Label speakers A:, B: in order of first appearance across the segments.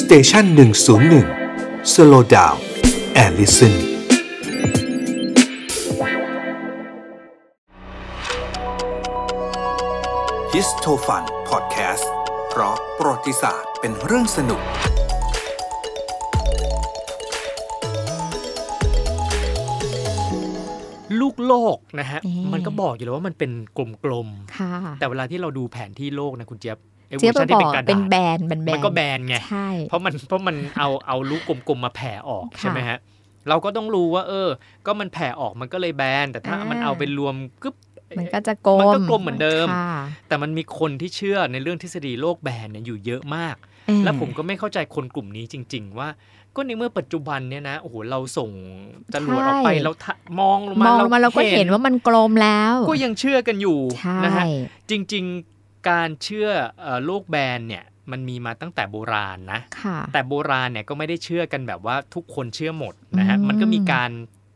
A: สเตชันหนึ่งศูนย์หนึ่งสโลดาวแอลลิสัน ฮิสโทฟันพอดแคสต์เพราะประวัติศาสตร์เป็นเรื่องสนุก
B: ลูกโลกนะฮะ
C: อืม
B: มันก็บอกอยู่แล้วว่ามันเป็นกลม
C: ค่ะ
B: ๆ แต่เวลาที่เราดูแผนที่โลกนะคุณเจี๊ยบไอ้
C: เจี๊ยบ
B: วอร์ชัน
C: บ
B: ที่
C: อ
B: เป็
C: ก
B: นกระดาษ
C: เป็นแบรนด์เป็นแบรนด์
B: มันก็แบนไง
C: ใช่
B: เพราะมันเพราะมันเอาเอาลูกกลมๆมาแผ่ออกใช่ไหมฮะ เราก็ต้องรู้ว่า เออ ก็มันแผ่ออกมันก็เลยแบน แต่ถ้ามันเอาไปรวมกึ๊บ
C: มันก็จะกลม
B: มันก็กลมเหมือนเดิม
C: ค่ะ
B: แต่มันมีคนที่เชื่อในเรื่องทฤษฎีโลกแบนเนี่ยอยู่เยอะมาก แล้วผมก็ไม่เข้าใจคนกลุ่มนี้จริง ๆ ว่า ก็ในเมื่อปัจจุบันเนี่ยนะ โอ้โห เราส่งจรวดออกไปเราทะมองลง
C: ม
B: มา
C: องลงมาเราก็เห็นว่ามันกลมแล้ว
B: ก็ยังเชื่อกันอยู่
C: ใช่
B: นะฮะจริงๆการเชื่อเอ่อโลกแบนเนี่ยมันมีมาตั้งแต่โบราณนะ
C: ค่ะ
B: แต่โบราณเนี่ยก็ไม่ได้เชื่อกันแบบว่าทุกคนเชื่อหมดนะฮะ
C: อืม
B: มันก็มีการ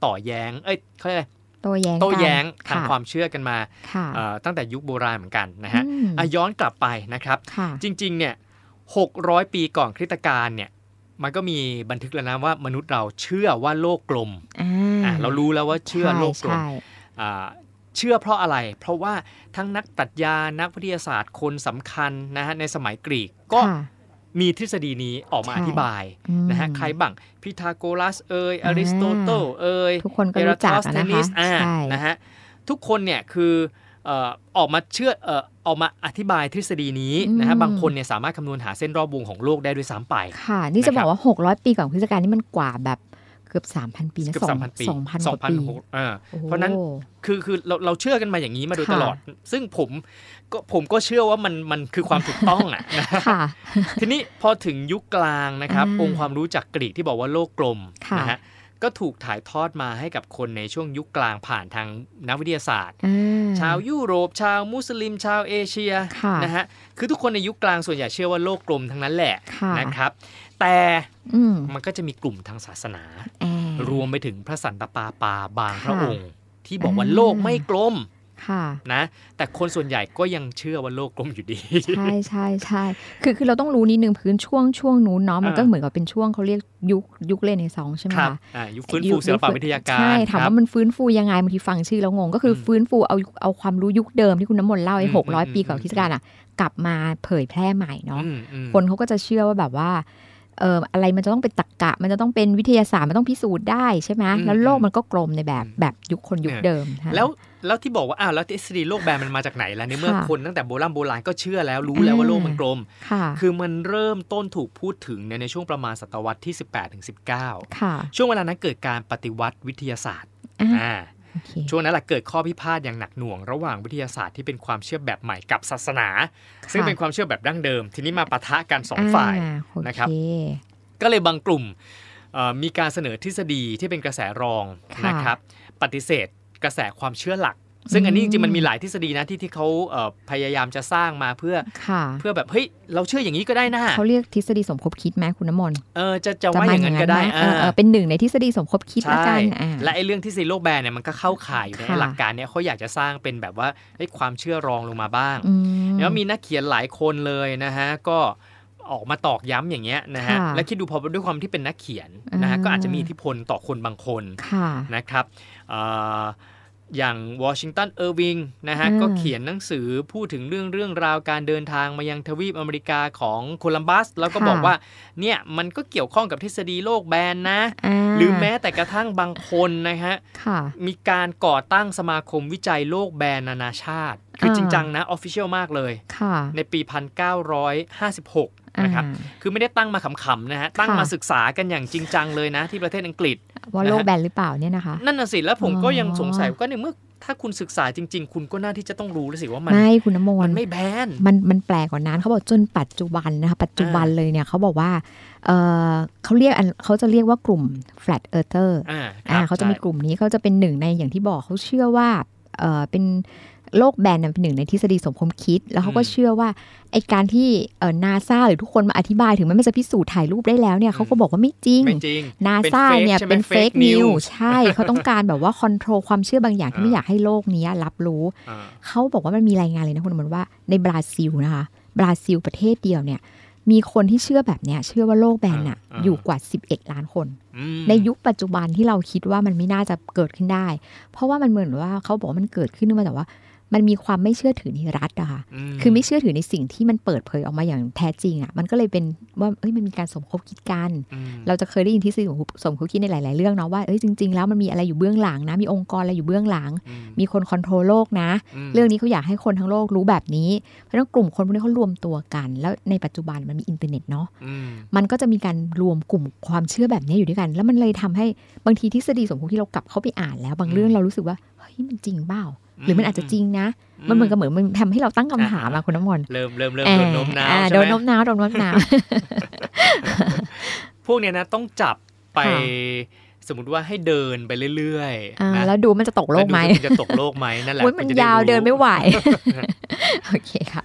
B: ต่อแย้งเอ้ยเขาเรียกอะไร
C: โต้แย้ง
B: โต้
C: กัน
B: แย้งทาง
C: ค่ะ
B: ความเชื่อกันมา
C: ค่ะ
B: เอ่อตั้งแต่ยุคโบราณเหมือนกันนะฮะ
C: อืม
B: อ่ะย้อนกลับไปนะครับ
C: ค่ะ
B: จริงๆเนี่ย600 ปีก่อนคริสตกาลเนี่ยมันก็มีบันทึกแล้วนะว่ามนุษย์เราเชื่อว่าโลกกลม
C: อ่
B: อ่ะ
C: า
B: เรารู้แล้วว่าเชื่อโลกกลม
C: ใช่
B: อ่าเชื่อเพราะอะไร เพราะว่าทั้งนักปรัชญา นักวิทยาศาสตร์คนสำคัญนะฮะในสมัยกรีกก็
C: ค่ะ
B: มีทฤษฎีนี้ออกมา
C: ใช่
B: อธิบาย
C: อืม
B: นะฮะใครบ้างพีทาโกรัสเอ่ย
C: อ่า
B: อริสโตเติลเอ่ย
C: ทุกคนก็รู้จักอะ
B: เอ
C: นะคะ
B: ลิสอ่า
C: ใช่
B: นะฮะทุกคนเนี่ยคือเอ่อออกมาเชื่อเอ่อออกมาอธิบายทฤษฎีนี้นะฮะบางคนเนี่ยสามารถคำนวณหาเส้นรอบวงของโลกได้ด้วยซ้ำไป
C: ค่ะ นี่จะ
B: นะครับ บ
C: อกว่า 600 ปีก่อนคริสตกาลนี่มันกว่าแบบเกือบ 3,000 ปีนะ
B: เกือบสามพันปี
C: สองพันก
B: สอง
C: ว่า
B: พัน
C: ปี
B: หกเออ
C: โอ้โห
B: เพราะฉะนั้น คือคือเราเราเชื่อกันมาอย่างนี้มาโดย
C: ค่ะ
B: ตลอด ซึ่งผมก็ผมก็เชื่อว่ามันมันคือความถูกต้องอ่ะ นะ
C: ค่ะ
B: ทีนี้พอถึงยุคกลางนะครับ
C: อ่า
B: องค์ความรู้จากกรีกที่บอกว่าโลกกลม
C: ค่ะ
B: นะฮะก็ถูกถ่ายทอดมาให้กับคนในช่วงยุคกลางผ่านทางนักวิทยาศาสตร์
C: อ่
B: ชาวยุโรป ชาวมุสลิม ชาวเอเชีย
C: ค่ะ
B: นะฮะคือทุกคนในยุคกลางส่วนใหญ่เชื่อว่าโลกกลมทั้งนั้นแหละ
C: ค่ะ
B: นะครับ แต่
C: อืม
B: มันก็จะมีกลุ่มทางศาสนา
C: แอ
B: รวมไปถึงพระสันตะปาปาบางพระอ
C: ค่ะ
B: งค์ ที่บอกว่า
C: อ่า
B: โลกไม่กลม
C: ค่ะ
B: นะแต่คนส่วนใหญ่ก็ยังเชื่อว่าโลกกลมอยู่ดี
C: ใช่ใช่ใช่คือคือเราต้องรู้นิดนึงพื้นช่วงช่วงนู้นเนาะมันก็
B: อ่า
C: เหมือนกับเป็นช่วงเขาเรียกยุคยุคเลนในซองส์ใช่ไหม
B: ครับ
C: คะ
B: อ่ายุคฟื้นฟู
C: ยุค
B: ศิลปะวิทยาการ
C: ใช่ถาม
B: ครับ
C: ว่ามันฟื้นฟูยังไงบางทีฟังชื่อแล้วงง ก็คืออ
B: ม
C: ฟื้นฟูเอาเอาความรู้ยุคเดิมที่คุณน้ำมนต์เล่าไอ้
B: อืม
C: หกร้อย
B: อืม
C: ปีก่อน
B: อืม
C: คริสตกาลอ่ะ กลับมาเผยแพร่ใหม่เนาะ
B: อืมอืม
C: คนเขาก็จะเชื่อว่าแบบว่าเอออะไรมันจะต้องเป็นตรรกะ มันจะต้องเป็นวิทยาศาสตร์มันต้องพิสูจน์ได้ใช่ไหมแล้วโลกมันก็กลมในแบบแบบยุคคนยุคเดิมค่ะ
B: แล้วแล้วที่บอกว่าอ้าวแล้วทฤษฎีโลกแบนมันมาจากไหนล่ะในเมื่อ
C: ค่ะ
B: คนตั้งแต่โบราณโบราณก็เชื่อแล้วรู้แล้วว่าโลกมันกลม
C: ค่ะ
B: คือมันเริ่มต้นถูกพูดถึงเนี่ยในช่วงประมาณศตวรรษที่ 18ถึง19
C: ค่ะ
B: ช่วงเวลานั้นเกิดการปฏิวัติวิทยาศาสตร์
C: อ่ะ
B: อ่า
C: โอเค
B: ช่วงนั้นแหละเกิดข้อพิพาทอย่างหนักหน่วงระหว่างวิทยาศาสตร์ที่เป็นความเชื่อแบบใหม่กับศาสนา ซึ่ง
C: ค่ะ
B: เป็นความเชื่อแบบดั้งเดิม ทีนี้มาปะทะกันสองฝ่าย
C: อ่โอเ
B: นะครับ ก็เลยบางกลุ่มเอ่อมีการเสนอทฤษฎีที่เป็นกระแสรอง
C: ค่ะ
B: นะครับ ปฏิเสธกระแสความเชื่อหลัก ซึ่งอันนี้จริงๆมันมีหลายทฤษฎีนะที่ที่เขาเอ่อพยายามจะสร้างมาเพื่อ
C: ค่ะ
B: เพื่อแบบเฮ้ยเราเชื่ออย่างนี้ก็ได้นะ
C: เขาเรียกทฤษฎีสมคบคิดไหมคุณน้ำมนต์
B: เออจะจะว่าอย่างนั้นก็ได้
C: จะมาอย่างนั้นหมเออเออเป็นหนึ่งในทฤษฎีสมคบคิดละ
B: ใช่
C: กันอ่า
B: และไอ้เรื่องทฤษฎีโลกแบนเนี่ยมันก็เข้าข่ายอยู่ใน
C: ค่ะ
B: หลักการเนี่ยเขาอยากจะสร้างเป็นแบบว่าเฮ้ยความเชื่อรองลงมาบ้าง
C: อืม
B: แล้วมีนักเขียนหลายคนเลยนะฮะก็ออกมาตอกย้ำอย่างเงี้ยนะฮะ
C: ค่ะ
B: และคิดดูพอด้วยความที่เป็นนักเขียนนะฮะ
C: อ่า
B: ก็อาจจะมีอิทธิพลต่อคนบางคน
C: ค่ะ
B: นะครับเอ่ออย่างวอชิงตันเออร์วิงนะฮะ
C: อืม
B: ก็เขียนหนังสือพูดถึงเรื่องเรื่องราวการเดินทางมายังทวีปอเมริกาของโคลัมบัส แล้วก็บอกว่าเนี่ยมันก็เกี่ยวข้องกับทฤษฎีโลกแบนนะ
C: อ่า
B: หรือแม้แต่กระทั่งบางคนนะฮะ
C: ค่ะ
B: มีการก่อตั้งสมาคมวิจัยโลกแบนนานาชาติ คือ
C: อ่า
B: จริงจังนะออฟฟิเชียลมากเลย
C: ค่ะ
B: ในปี 1956 นะครับ
C: อ่า
B: คือไม่ได้ตั้งมาขำๆนะฮะ ตั้งมา
C: ค่ะ
B: ศึกษากันอย่างจริงจังเลยนะที่ประเทศอังกฤษ
C: ว่าโลกแบนหรือเปล่าเนี่ยนะคะ
B: นั่นน่ะสิ แล้วผมก็ยัง
C: อ๋อ
B: สงสัยว่าก็ในเมื่อถ้าคุณศึกษาจริง ๆ คุณก็น่าที่จะต้องรู้แล้วสิว่ามัน
C: ไม่คุณน้ำม
B: มัน น
C: ต์
B: ไม่แบน
C: มันมันแปลกกว่านั้นเขาบอกจนปัจจุบันนะคะ ปัจจุบันเลยเนี่ยเขาบอกว่าเออเขาเรียกอันเขาจะเรียกว่ากลุ่ม flat earther
B: อ่าค
C: อ่า
B: รับ
C: เขาจะมี
B: ใช่
C: กลุ่มนี้เขาจะเป็นหนึ่งในอย่างที่บอกเขาเชื่อว่าเออเป็นโลกแบนนะเป็นหนึ่งในทฤษฎีสมคมคิด แล้วเขาก็เชื่อว่าไอการที่เออนาซาหรือทุกคนมาอธิบายถึงแม้มันจะพิสูจน์ถ่ายรูปได้แล้วเนี่ยเขาก็บอกว่าไม่จริง
B: ไม่จริง
C: นา
B: ป็
C: ซา
B: fake
C: เนี่ย
B: ใช่ไหม
C: เป็น
B: fake
C: fake news
B: news
C: ใช่เขาต้องการแบบว่าคอนโทรลความเชื่อบางอย่างที่ไม่อยากให้โลกเนี้ยรับรู้
B: อ่า
C: เขาบอกว่ามันมีรายงานเลยนะคุณอมรว่าในบราซิลนะคะบราซิลประเทศเดียวเนี่ย มีคนที่เชื่อแบบเนี้ยเชื่อว่าโลกแบนน่ะ
B: อ่าอ่า
C: อยู่กว่า 11 ล้านคน
B: อืม
C: ในยุคปัจจุบันที่เราคิดว่ามันไม่น่าจะเกิดขึ้นได้ เพราะว่ามันเหมือนว่าเขาบอกว่ามันเกิดขึ้นมาแต่ว่า มันมีความไม่เชื่อถือในรัฐอะค่ะ คือไม่เชื่อถือในสิ่งที่มันเปิดเผยออกมาอย่างแท้จริงอะมันก็เลยเป็นว่าเอ้ยมันมีการสมคบคิดกัน
B: อืม
C: เราจะเคยได้ยินทฤษฎีของสมคบคิดในหลาย ๆ เรื่องเนาะว่าเอ้ยจริง ๆ แล้วมันมีอะไรอยู่เบื้องหลังนะ มีองค์กรอะไรอยู่เบื้องหลัง
B: อื
C: มีคนคอนโทรลโลกนะ
B: ม
C: เรื่องนี้เขาอยากให้คนทั้งโลกรู้แบบนี้ เพราะฉะนั้นกลุ่มคนพวกนี้เขารวมตัวกัน แล้วในปัจจุบันมันมีอินเทอร์เน็ตเนาะ
B: อืม
C: มันก็จะมีการรวมกลุ่มความเชื่อแบบนี้อยู่ด้วยกัน แล้วมันเลยทำให้บางทีทฤษฎีสมคบที่เรากลับเข้าไปอ่านแล้ว บางเรื่องเรารู้สึกว่าเฮ้ยมันจริงเปล่า หรือมันอาจจะจริงนะ มันเหมือนกับเหมือนมันทำให้เราตั้งคำถามอะคุณน้ำมนต์
B: เริ่มเริ่มเริ่มโดนโน้มน้าว
C: อ่า
B: ใช่
C: โดน
B: ไหม
C: โน้มน้าวโดนโน้มน้าว
B: พวกเนี้ยนะต้องจับไป
C: ค่
B: สมมติว่าให้เดินไปเรื่อย
C: อ่า
B: นะ
C: แล้วดูมันจะตกโลกไหม
B: แวดูสิคุณจะตกโลกไหมนั่นแหละ
C: โอ้ยมัน
B: คุณจะได้
C: ยาว
B: รู้
C: เดินไม่ไหว โอเคค่ะ